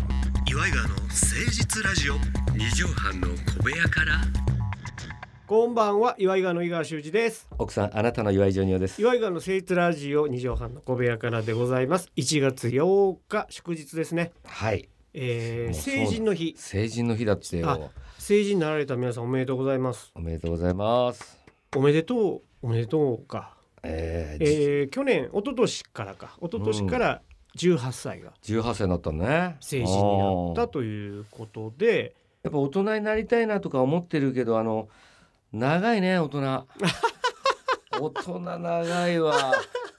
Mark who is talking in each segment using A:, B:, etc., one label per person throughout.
A: イガーの誠実ラジオ
B: 二畳半の小部屋から
C: こんばんは岩井川の井川修司です
B: 奥さんあなたの岩井ジョニオです
C: 岩井川の誠実ラジオ二畳半の小部屋からでございます1月8日祝日ですね、
B: はい
C: え
B: も
C: ー、
B: うそうだ
C: 成人の日
B: 成人の日だってよ
C: 成人になられた皆さんおめでとうございます
B: おめでとうございます
C: おめでとうおめでとうか
B: えー
C: えー、去年一昨年からか一昨年から18歳が
B: じ、18歳になったね
C: 成人になった
B: あー
C: ということで
B: やっぱ大人になりたいなとか思ってるけどあの長いね大人 大人長いわ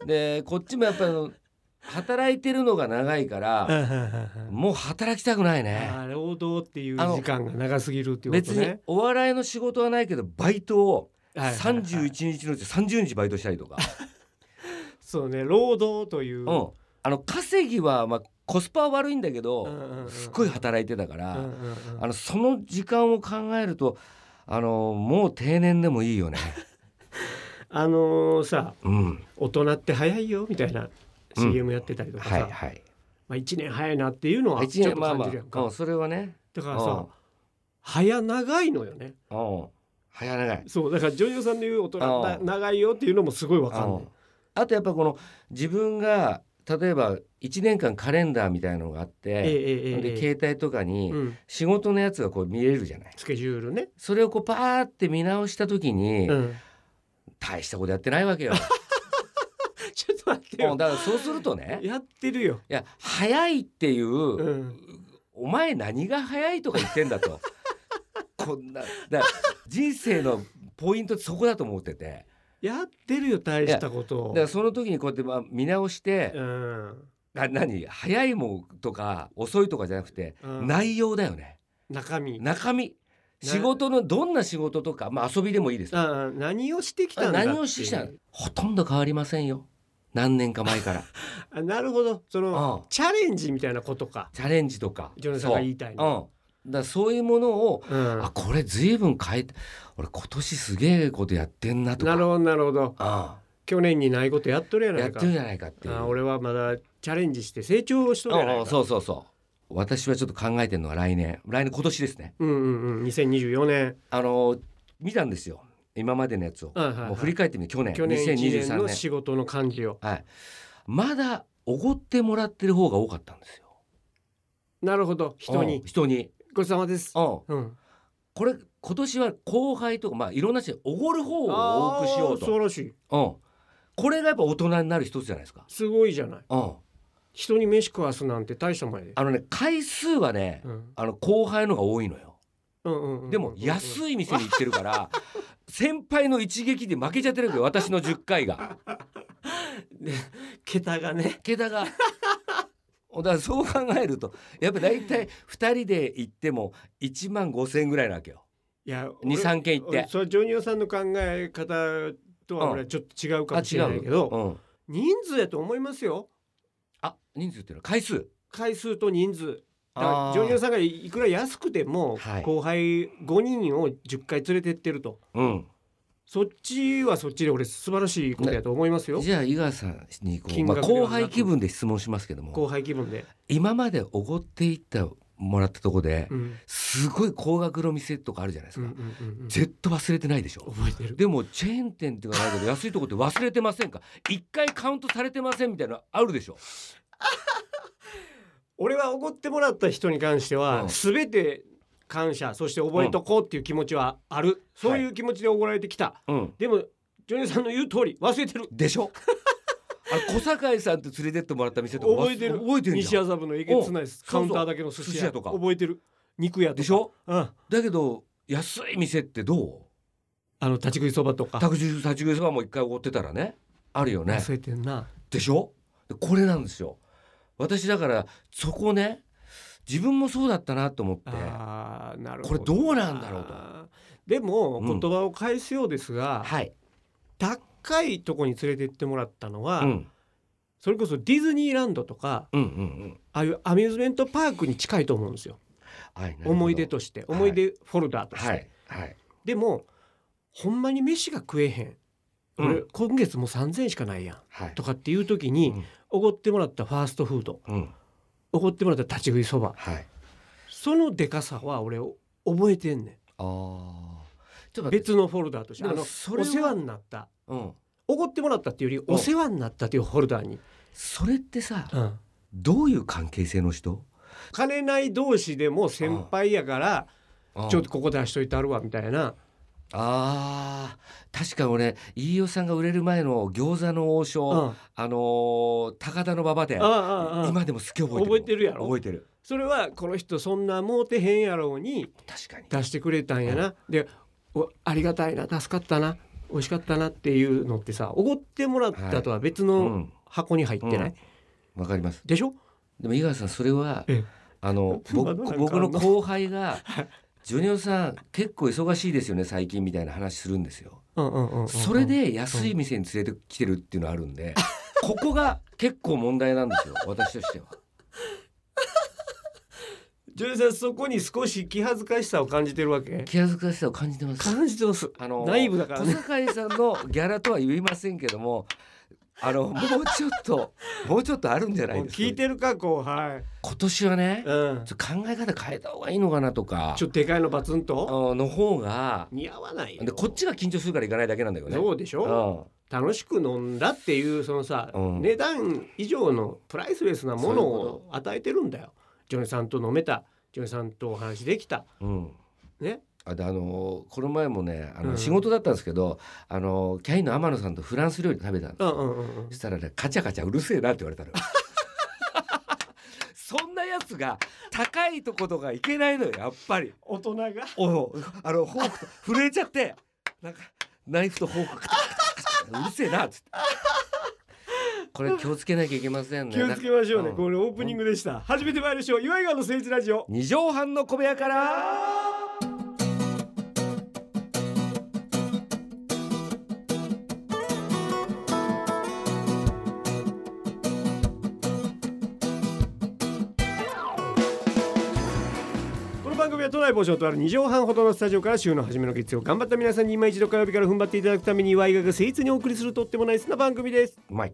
B: でこっちもやっぱりあの働いてるのが長いから
C: あ
B: もう働きたくないね
C: ー労働っていう時間が長すぎるっていうこ
B: 別
C: と
B: に
C: ね
B: お笑いの仕事はないけどバイトを
C: はいはいはい
B: 31日のうち30日バイトしたりとか
C: そうね労働という、
B: うん、あの稼ぎは、まあ、コスパは悪いんだけど、
C: うんうん
B: すっごい働いてたから、
C: うんうんうん
B: あのその時間を考えるとあのもう定年でもいい よね。
C: あのーさ
B: うん、
C: 大人って早いよみたいな
B: うん
C: CM やってたりとかさ、
B: はいはい。
C: まあ、1年早いなっていうのは
B: 一
C: ちょ
B: 年
C: っと
B: まあ
C: 感
B: ま
C: じるやんか、
B: あ、うん、それはね、
C: だ
B: う
C: か
B: ん、
C: らさ
B: う
C: 早長いのよね
B: ん、早長い。
C: そうだから女優さんでいう大人
B: うん
C: な長いよっていうのもすごいわかんな
B: う
C: い
B: んあとやっぱこの自分が例えば1年間カレンダーみたいのがあっ
C: ええ
B: て、
C: えええ
B: で
C: え
B: 携帯とかに
C: うん、
B: 仕事のやつがこう見れるじゃない。
C: スケジュールね、
B: それをこうパーって見直した時に、
C: うん、
B: 大したことやってないわけよ。
C: ちょっと待って
B: うん
C: よ
B: だからそうするとね、
C: やってるよ、
B: いや早いっていう、
C: うん、
B: お前何が早いとか言ってんだ とこんなだから人生のポイントってそこだと思ってて
C: やってるよ大したこと
B: だ
C: を
B: からその時にこうやってまあ見直して、
C: うん
B: あ何早いもんとか遅いとかじゃなくて、
C: うん
B: 内容だよね
C: 中身
B: 中身仕事のどんな仕事とか、まあ、遊びでもいいです
C: あ何をしてきたんだっていう
B: 何をしてきたのほとんど変わりませんよ何年か前 から、
C: あなるほどその
B: うん
C: チャレンジみたいなことか
B: チャレンジとか
C: ジョネさんが言いたいの
B: そううん、だからそういうものを
C: うん
B: あこれずいぶん変えて俺今年すげえことやってんなとか
C: なるほどなるほど
B: あ
C: 去年にないことやっとるや
B: あ
C: な
B: やっ
C: いか
B: てるじゃないかっていう
C: あ俺はまだチャレンジして成長しとるや
B: あ
C: な
B: あ
C: い
B: そ
C: か
B: うそうそう私はちょっと考えてるのは来年来年今年ですね
C: うんうんうん2024年
B: あの見たんですよ今までのやつを、
C: はいはいはい
B: もう振り返ってみて去年
C: 去年1年
B: 2023
C: の
B: 年
C: 仕事の感じを
B: はいまだおごってもらってる方が多かったんですよ
C: なるほど人
B: うん
C: に
B: 人に
C: ごちそうさまです
B: うん
C: うん
B: これ今年は後輩とかまあいろんな人におごる方を多くしよう
C: あー素晴
B: と
C: らしい
B: うんこれがやっぱ大人になる一つじゃないですか
C: すごいじゃない
B: うん
C: 人に飯食わすなんて大した前で
B: あのね回数はね、
C: うん
B: あの後輩のが多いのよ
C: うんうんうん
B: でも
C: い
B: 安い店に行ってるから先輩の一撃で負けちゃってるわけど私の10回が
C: 桁がね
B: 桁がだからそう考えるとやっぱ大体2人で行っても1万5,000円ぐらいなわけよ
C: いや
B: 23軒行っ
C: 俺
B: て
C: それジョニオさんの考え方とは俺はちょっと違うかもしれないけど、
B: うん、
C: 人数やと思いますよ
B: あ人数っていうのは回数
C: 回数と人数だか
B: あ
C: ら
B: ー
C: ジョニオさんがいくら安くても、
B: はい
C: 後輩5人を10回連れてってると
B: うん
C: そっちはそっちで俺素晴らしいことやと思いますよ、
B: じゃあ井川さんにこう、
C: 金
B: ま
C: 額
B: あ、
C: ではなく
B: 後輩気分で質問しますけど
C: 後
B: も
C: 輩気分で、
B: 今までおごっていったもらったとこで、
C: うん
B: すごい高額の店とかあるじゃないです
C: うんう
B: か、
C: んうんうん、覚
B: 絶対忘れてないでしょ
C: えてる
B: でもチェーン店ってかないけど安いとこって忘れてませんか一回カウントされてませんみたいなのあるでしょ
C: 俺はおごってもらった人に関しては、
B: うん
C: 全て感謝そして覚えとこうっていう気持ちはある、そういう気持ちでおごられてきた、
B: うん
C: でもジョニオさんの言う通り忘れてる
B: で しょあれ小堺さんって連れてってもらった店とか
C: 覚えてる
B: 覚えてる
C: 西
B: じゃん
C: 麻布のえげつないです
B: うんそ
C: カ
B: う
C: ウ
B: そう
C: ンターだけの寿司屋
B: 寿司屋とか
C: 覚えてる肉屋とか
B: でしょ
C: うん
B: だけど安い店ってど
C: あの立ち食いそばと
B: う
C: か
B: 卓球立ち食いそばも一回おごってたらねあるよね
C: 忘れてんな
B: でしょでこれなんですよ私だからそこね自分もそうだったなと思って
C: あーなるほ
B: これ
C: ど
B: どうなんだろうと
C: あーでも
B: うん
C: 言葉を返すようですが、
B: はい、
C: 高いとこに連れてってもらったのは、
B: うん、うん
C: それこそディズニーランドとか
B: うんうん
C: ああいうアミューズメントパークに近いと思うんですよ
B: はいなるほど
C: 思い出として
B: はい
C: 思い出フォルダとして、
B: はいはい
C: でもほんまに飯が食えへん、
B: うん
C: 俺今月もう3,000円しかないやん
B: はい
C: とかっていう時に
B: うん
C: おごってもらったファーストフード
B: うん
C: おごってもらった立ち食いそば
B: はい
C: そのでかさは俺覚えてんね
B: ああちょっと
C: ん
B: 待って
C: 別のフォルダーとしてあ
B: でも
C: の
B: それ
C: お
B: は
C: 世話になった
B: うん
C: おごってもらったっていうより
B: うん
C: お世話になったっていうフォルダーに、
B: それってさ
C: うん
B: どういう関係性の人
C: 金ない同士でも先輩やからちょっとここ出しといてあるわみたいな
B: あー確か俺飯尾さんが売れる前の餃子の王将、
C: うん
B: あのー高田の馬場で
C: ああああ
B: 今でも好き覚えてる
C: 覚えてるやろ
B: 覚えてる
C: それはこの人そんなもうてへんやろうに
B: 確かに
C: 出してくれたんやな、でおありがたいな助かったな美味しかったなっていうのってさおごってもらったとは別
B: う
C: の
B: ん
C: 箱に入ってない、
B: うんわかります
C: でしょ
B: でも井川さんそれは
C: ええ
B: あの
C: まだなんかあ
B: 僕
C: んの
B: 僕の後輩が「ジュニオさん結構忙しいですよね最近」みたいな話するんですよ。
C: うんうんうんうん
B: それで安い店に連れてきてるっていうのあるんで、ここが結構問題なんですよ 私としては。
C: ジュニアさんそこに少し気恥ずかしさを感じてるわけ
B: 気恥ずかしさを感じてます。
C: 感じてます
B: あの
C: 内部だからね
B: 小堺さんのギャラとは言いませんけども。あのもうちょっ ともうちょっとあるんじゃない
C: もう
B: ですか
C: 聞いてるか後輩、
B: 今年はね
C: うん、
B: ちょっと考え方変えた方がいいのかなとか
C: ちょっとでかいのバツンと
B: うんの方が
C: 似合わないよ
B: でこっちが緊張するから行かないだけなんだけどね。
C: そうでしょ楽しく飲んだっていうそのさ、
B: うん
C: 値段以上のプライスレスな
B: そう
C: もの
B: いう
C: を与えてるんだよジョニさんと飲めたジョニさんとお話できた
B: うん、うん
C: ね
B: あであのこの前もねあ
C: う
B: の
C: ん
B: 仕事だったんですけど、あのキャインの天野さんとフランス料理食べたの
C: うんうんうんうん
B: そしたらねカチャカチャうるせえなって言われたの そんなやつが高いとことがいけないのよやっぱり
C: 大人が
B: おうあのフォークと震えちゃってなんかナイフとフォークカチャカチャカチャうるせえなっつってこれ気をつけなきゃいけませんね
C: 気をつけましょうね
B: うん
C: これオープニングでした初めて参りましょう岩井川の誠一ラジオ
B: 二畳半の小部屋から
C: この番組は都内某所とある2畳半ほどのスタジオから週の初めの月曜頑張った皆さんに今一度火曜日から踏ん張っていただくために岩井川が誠一にお送りするとってもナイスな番組です
B: うまい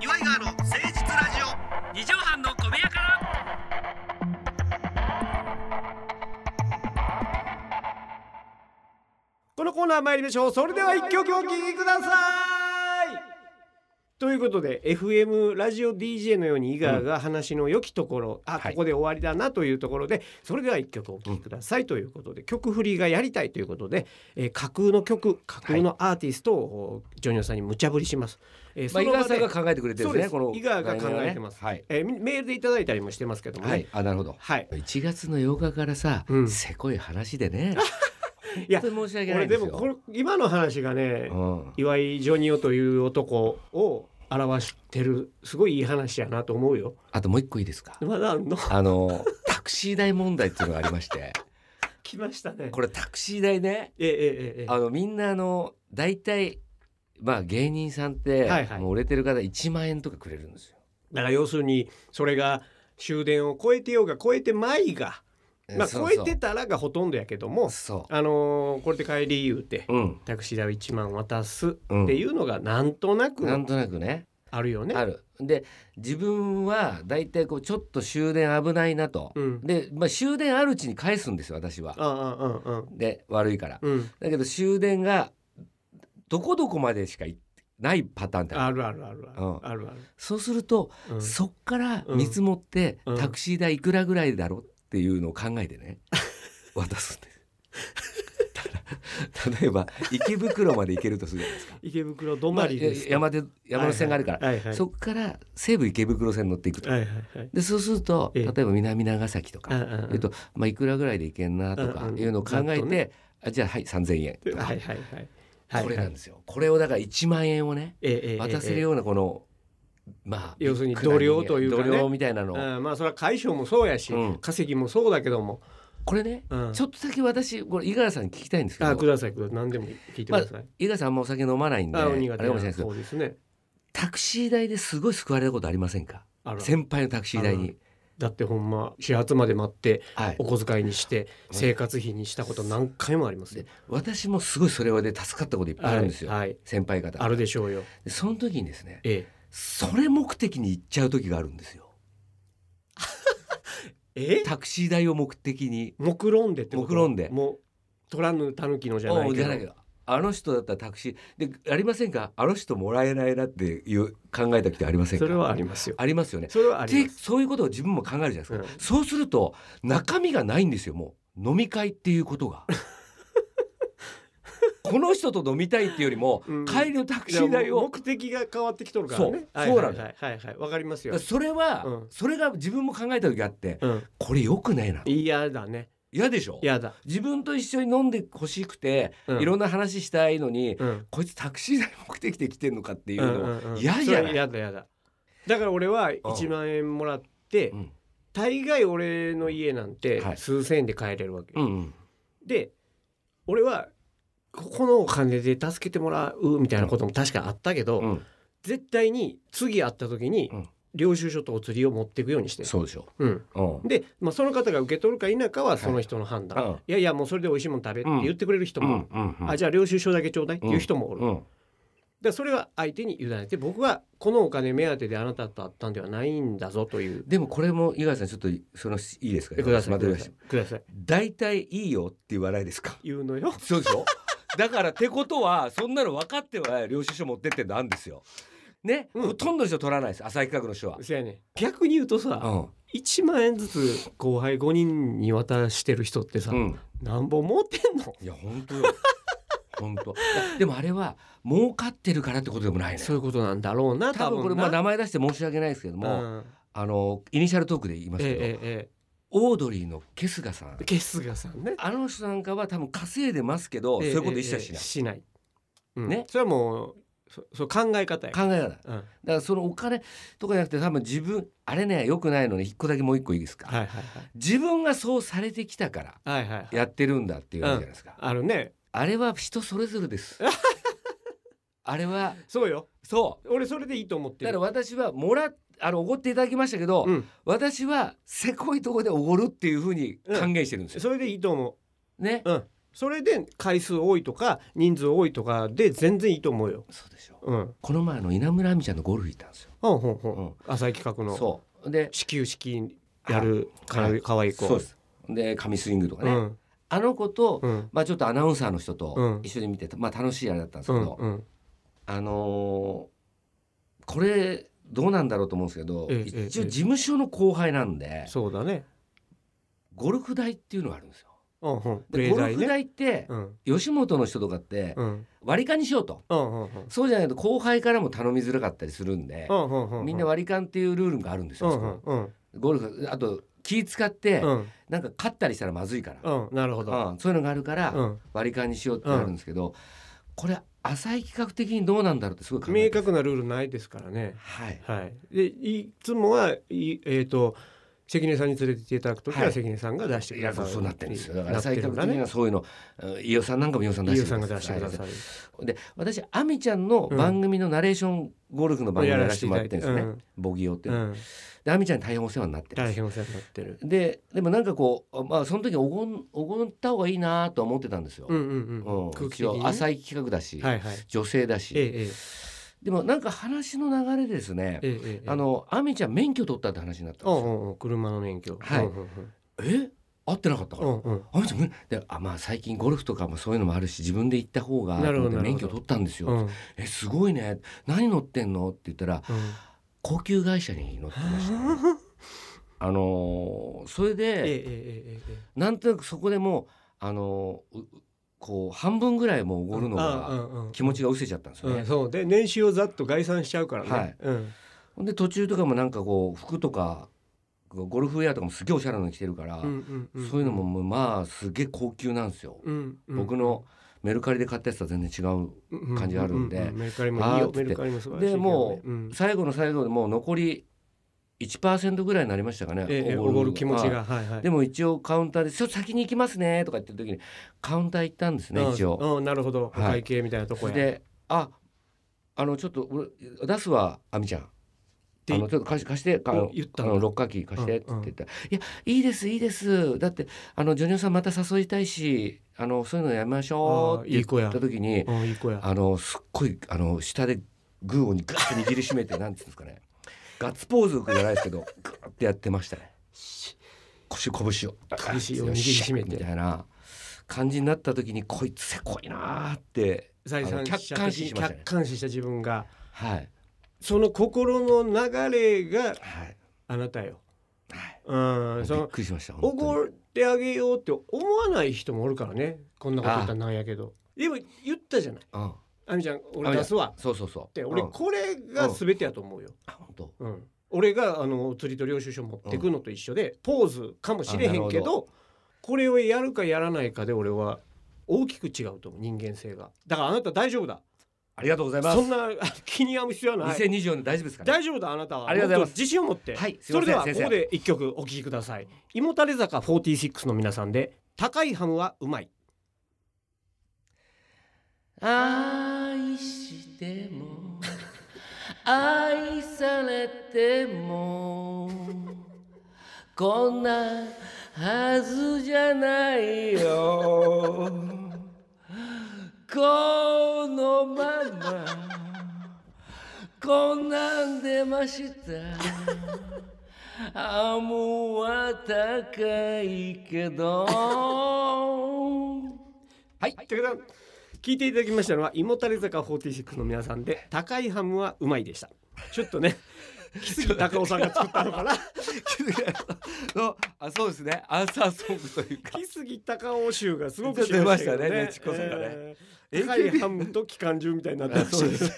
A: 岩井川の誠実ラジオ
B: 二畳半の小部屋から
C: このコーナー参りましょうそれでは一曲お聴きくださいということで FM ラジオ DJ のように井川が話の良きところ、あ
B: は
C: こ
B: い
C: こで終わりだなというところで、それでは一曲お聴きくださいということで、曲振りがやりたいということで、えー架空の曲架空のアーティストをジョニオさんに無茶振りします、えー
B: まあ、
C: そ
B: 井
C: の
B: 川
C: 場
B: さん
C: で、
B: が考えてくれてるんですね。
C: そうです井川が考えてます
B: はい。
C: えーみメールでいただいたりもしてますけどもね
B: はい、あ、なるほど。
C: はい、
B: 1月の8日からさ、
C: うん
B: せこい話でね。
C: いや
B: 本当に申し訳ない
C: 俺
B: んで
C: ですも
B: よ。
C: この今の話がね、
B: うん、
C: 岩井ジョニオという男を表してるすごいいい話やなと思うよ。
B: あともう一個いいですか。
C: まだあんの
B: あの、タクシー代問題っていうのがありまして、
C: 来ましたね。
B: これタクシー代ね。
C: ええええええ
B: あの、みんなあの、大体、まあ芸人さんって、
C: はいはい
B: もう売れてる方1万円とかくれるんですよ。
C: だから要するにそれが終電を超えてようが超えてまいが、まあ、
B: そう
C: 超
B: そ
C: え
B: う
C: てたらがほとんどやけども、
B: そ
C: あのーこれで帰り言うて
B: う。うん。
C: タクシー代を1万渡すっ
B: うん
C: ていうのがなんとなく
B: なんとなくね。
C: あるよね。
B: ある。で、自分は大体こう、ちょっと終電危ないなと。
C: うん、
B: で、まあ、終電あるうちに返すんですよ私は。
C: ああうんうん
B: で悪いから。
C: うん
B: だけど終電がどこどこまでしか行ってないパターンだ
C: あるあるあるある、
B: うん
C: あるある、
B: そうすると、
C: うん
B: そっから見積もって、
C: うん
B: タクシー代いくらぐらいだろうっていうのを考えて ね渡すんです。ただ例えば池袋まで行けるとするじゃないですか。
C: 池袋止まりです
B: まあ
C: か、
B: 山手山手線があるから、
C: はいはいはいはい
B: そっから西武池袋線乗っていくと、
C: はいはいはい
B: でそうすると
C: え
B: 例
C: え
B: えば南長崎とか、
C: うんうんうん
B: えっとまあ、いくらぐらいでいけんなとか
C: うんうん
B: いうのを考
C: ざっ
B: えて、
C: とね
B: あじゃあはい3,000円とか、
C: はいはいはいはい。。
B: これなんですすよこれをだから1万円をね
C: ええええ
B: 渡せるようなこの、まあ
C: 要するに
B: ビッグな人間
C: 度量というかね
B: 度量みたいなの、
C: ええうんまあそれは解消もそうやし、
B: うん
C: 稼ぎもそうだけども。
B: これね、
C: うん
B: ちょっとだけ私これ井川さんに聞きたいんですけ
C: あく
B: ど
C: ださいください何でも聞いてください。
B: 井川さんあんまお酒飲まないんであ
C: あ
B: れか
C: お
B: もしれ
C: 苦手
B: ないですけど
C: そうですね。
B: タクシー代ですごい救われたことありませんか
C: あら
B: 先輩のタクシー代に。
C: だってほんま始発まで待って
B: はい
C: お、小遣いにして生活費にしたこと何回もありますよ
B: で。私もすごいそれはで助かったこといっぱいあるんですよ、
C: はいはい
B: 先輩方
C: あるでしょうよ。
B: でその時にですね
C: ええ。
B: それ目的に行っちゃう時があるんですよ
C: え
B: タクシー代を目的に
C: 目論んでってこと
B: 目論んで
C: もう取らぬ狸のじゃない
B: おう
C: け
B: じゃ
C: ど
B: ないけどあの人だったらタクシーでありませんかあの人もらえないなっていう考えた時ってありませんか
C: それはありますよ
B: ありますよね
C: それはあり
B: で
C: ます
B: そういうことを自分も考えるじゃないですか、
C: うん
B: そうすると中身がないんですよもう飲み会っていうこと がこの人と飲みたいっていうよりも、
C: うん
B: 帰りのタクシー代
C: いや
B: を
C: 目的が変わってきとるからね
B: そうそうなの
C: はいはいはいはいわかります
B: だ
C: よ
B: からそれは、
C: うん
B: それが自分も考えた時あって
C: うん
B: これ良くないな
C: 嫌だね
B: 嫌でしょ
C: 嫌だ
B: 自分と一緒に飲んでほしくて、
C: うん
B: いろんな話したいのに、
C: うん
B: こいつタクシー代目的で来てんのかっていう
C: うん
B: のを、
C: うんうん
B: 嫌
C: そ
B: じゃない
C: れ嫌だ嫌だだから俺は1万円もらって
B: うん
C: 大概俺の家なんて
B: はい
C: 数千円で帰れるわけ、
B: うんうん
C: で俺はここのお金で助けてもらうみたいなことも確かあったけど、
B: うん
C: 絶対に次会った時に
B: うん
C: 領収書とお釣りを持っていくようにしてる
B: そうでしょ
C: うん、
B: うん
C: で、まあ、その方が受け取るか否かはその人の判断、
B: はい
C: い
B: うん
C: やいやもうそれで美味しいもん食べって言ってくれる人
B: うん
C: も、
B: うんうん
C: あじゃあ領収書だけちょうだいっていう人もおる、
B: うん
C: でそれは相手に委ねて僕はこのお金目当てであなたと会ったんではないんだぞという。
B: でもこれも井川さんちょっとそのいいですか
C: ください
B: 待
C: く
B: って
C: ださいください
B: 大体いいよって言わないですか
C: 言うのよ
B: そうでしょだからってことはそんなの分かっては領収書持ってってんだんですよね、
C: うん
B: ほとんどの人取らないです浅い企画の人は、
C: そやね逆に言うとさ、
B: う
C: 1万円ずつ後輩5人に渡してる人ってさ、
B: んうん、
C: なんぼ持ってんの
B: いや本当よ 本当いやでもあれは儲かってるからってことでもないね
C: そういうことなんだろうな
B: 多
C: 多
B: 分
C: 分
B: これまあ名前出して申し訳ないですけど
C: う
B: も、
C: ん
B: あのイニシャルトークで言いますけど、
C: えええ
B: オードリーのケスガさん
C: えケスガさんね
B: あの人なんかは多分稼いでますけど、
C: ええ
B: そういうこと一切し
C: ええ
B: ない、
C: しない、うん
B: ね
C: それはもうそそう考え方や
B: 考えがない
C: うんはい
B: だからそのお金とかじゃなくて多分自分あれね良くないのに一個だけもう一個いいですか、
C: はいはい
B: 自分がそうされてきたから
C: はいはいはい
B: やってるんだっていうのあるじゃないですか、
C: あるね
B: あれは人それぞれです あれは
C: そうよ
B: そ
C: 俺それでいいと思っ
B: う
C: て
B: だから
C: る
B: 私はもらっあのおごっていただきましたけど、
C: うん
B: 私はせこいとこでおごるっていうふうに還元してるんですよ、
C: それでいいと思
B: ね、
C: ううんそれで回数多いとか人数多いとかで全然いいと思うよ
B: そうでしょ
C: うんうん
B: この前あの稲村亜美ちゃんのゴルフ行ったんですよ、
C: ほんほんほ
B: うんん
C: 浅い企画の
B: そうで
C: 始球式やるか
B: は
C: わ
B: い
C: い可愛い子
B: そうですで紙スイングとか
C: う
B: ね、
C: ん
B: あの子と、
C: うん
B: まあちょっとアナウンサーの人と
C: うん
B: 一緒に見て、まあ楽しいあれだったんです
C: う
B: けど、
C: んうん
B: あのーこれどうなんだろうと思うんですけど、
C: ええええ
B: 一応事務所の後輩なんで、
C: そうだね
B: ゴルフ代っていうのがあるんですよ。
C: うんうんプレ
B: で
C: イ
B: ゴ
C: 代
B: ルフ
C: ね
B: 代って
C: うん
B: 吉本の人とかって
C: うん
B: 割り勘にしようと、
C: うんうんうん
B: そうじゃないと後輩からも頼みづらかったりするんで、
C: うんうんうん
B: みんな割り勘っていうルールがあるんです
C: う
B: よ。
C: ん
B: そこ
C: うんうん
B: ゴルフあと気使って、
C: うん
B: なんか勝ったりしたらまずいから、
C: うんなるほど
B: うんそういうのがあるから、
C: うん
B: 割り勘にしようってなるんですけど、これ浅い企画的にどうなんだろうってすごい考え
C: 明
B: て
C: 確なルールないですからね
B: はい
C: はいでいつもはいえっと関根さんに連れて行っていただくとき
B: は
C: はい関根さんが出して
B: い
C: く
B: や
C: だ
B: そ
C: さ
B: う
C: い
B: そうなってるんですよだから
C: なって
B: 最
C: る
B: 近
C: んだ
B: 的に
C: ね
B: はそういうのうん飯尾さんなんかも飯尾さん出
C: 飯
B: し
C: 尾
B: て
C: さん
B: く
C: が
B: だ
C: 出し
B: さ
C: て
B: い
C: ください
B: で私亜美ちゃんの番組のナレーションゴルフの番組やらせてもらってるんですね、
C: うん
B: ボギオっていううの、
C: ん
B: で亜美ちゃんに大変お世話になってるんで
C: 大
B: す
C: 変お世話になってる
B: ででもなんかこうまあその時おごんおごった方がいいなとは思ってたんですよ、
C: うんうん
B: う
C: うん
B: ん
C: 空気的
B: 一応
C: にね
B: 浅い企画だし、
C: はいはい
B: 女性だし、
C: ええええ
B: でもなんか話の流れでですね、
C: ええええ
B: あの亜美ちゃん免許取ったって話になったん
C: う
B: です
C: んう
B: よ。
C: んうん車の免許
B: はい
C: うんうんうん
B: え合ってなかったか
C: う
B: ら。
C: んうん
B: 亜美ちゃんめであまあ最近ゴルフとかもそういうのもあるし自分で行った方が
C: なるほど
B: と思って
C: なる
B: 免
C: ほ
B: 許
C: ど
B: 取ったんですよ。
C: うん
B: えすごいね何乗ってんのって言ったら
C: うん
B: 高級会社に乗ってましたね、あのーそれ
C: えええ
B: で
C: えええ
B: なんとなくそこでもうあのーうこう半分ぐらいもうおごるの
C: う
B: が
C: んうんうん
B: 気持ちが失せちゃったんですよ
C: うん、
B: ね。
C: そうで年収をざっと概算しちゃうからね、
B: はい
C: うん、
B: ほんで途中とかもなんかこう服とかゴルフウェアとかもすげえおしゃれなの着てるから。
C: うんうんん
B: そういうのも、もうまあすげえ高級なんですよ、
C: うんうん、
B: 僕のメルカリで買ったやつとは全然違う感じがあるんで
C: うううメルカリもいい
B: あー
C: よ
B: っつっ
C: メ
B: て
C: ルカリも素晴らしいけどね、
B: でもう
C: うん
B: 最後の最後でもう残り1%ぐらいになりましたかね
C: ええええおごる気持ちがはいはい
B: でも一応カウンターで「ちょっと先に行きますね」とか言ってる時にカウンター行ったんですね
C: うん
B: 一応。
C: うんなるほど、
B: はい
C: お会計みたいなとこや
B: で「ああのちょっと俺出すわあみちゃん」
C: て
B: あのちょっと貸し貸してかあ
C: お
B: の
C: 言った
B: あ
C: んだ
B: のロッカーキー貸して」って
C: うん
B: 言ったら「いやいいですいいですだってあのジョニオさんまた誘いたいしあのそういうのやめましょう」って
C: あーいい子
B: 言
C: や
B: った時に
C: うんいい子や
B: あのすっごいあの下でグーをにガッと握りしめてなんていうんですかねガッツポーズじゃないですけどグーってやってましたね。腰拳を
C: 拳を握りしめて
B: みたいな感じになった時にこいつせこいなーって
C: 財産
B: 客観視しましたね
C: 客観視した自分が
B: はい
C: その心の流れが
B: はい
C: あなたよ。
B: はい
C: うん、そ
B: びっ
C: の
B: くりしました本当に
C: 怒ってあげようって思わない人もおるからねこんなこと言ったらなんやけどでも言ったじゃない
B: うん
C: 「亜美ちゃん俺出すわ」っ
B: そうそうそうって
C: 俺
B: うん
C: これが全てやと思うよ。
B: あ本当
C: うん俺があの釣りと領収書持ってくのと一緒で、ポーズかもしれへ
B: あなんる
C: け
B: ほ
C: どこれをやるかやらないかで俺は大きく違うと思う人間性がだからあなた大丈夫だ
B: ありがとうございます
C: そんな 気に病む必要はない
B: 2024年大丈夫ですかね
C: 大丈夫だあなたは
B: ありがとうございます
C: もっ自信を持って、
B: はいすい
C: そ
B: ません
C: れではこ
B: 先生
C: こで一曲お聴きください胃もたれ坂46の皆さんで高いハムはうまい
B: 愛しても愛されてもこんなはずじゃないよこのままこんなん出ましたあもうは高いけど
C: はい、ということで聞いていただきましたのは胃もたれ坂46の皆さんで高いハムはうまいでしたちょっ とね木杉高尾さんが作ったのかな
B: のあそうですねアンサーソングというか
C: 木杉高尾集がすごく
B: ちょっと出ましたね
C: けど
B: ねちっこさんがね
C: えー高いハムと機関銃みたいになってましたけど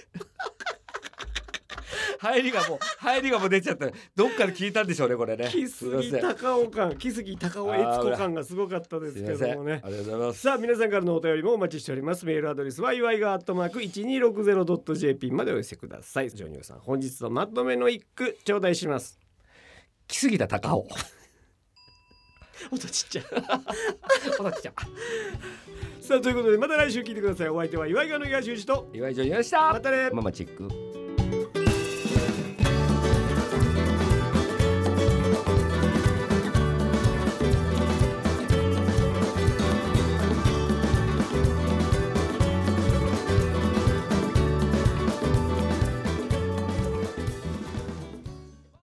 B: 入りがもう入りがもう出ちゃったどっから聞いたんでしょうねこれね
C: 木
B: すいませ
C: 杉
B: んす
C: 高尾感木杉高尾悦子感がすごかったです
B: い
C: け
B: ませ
C: ど
B: ん
C: も
B: あり
C: ね
B: がとうございます
C: さあ皆さんからのお便りもお待ちしておりますメールアドレスは祝いがアットマーク 1260.jp までお寄せくださいジョニオさん本日のまとめの一句頂戴します
B: 来すぎた高 尾
C: 音ちっちゃい音ちっちゃいさあということでまた来週聞いてくださいお相手は岩井川の東修二と
B: 岩井ジョニオでした
C: またね
B: ママチェック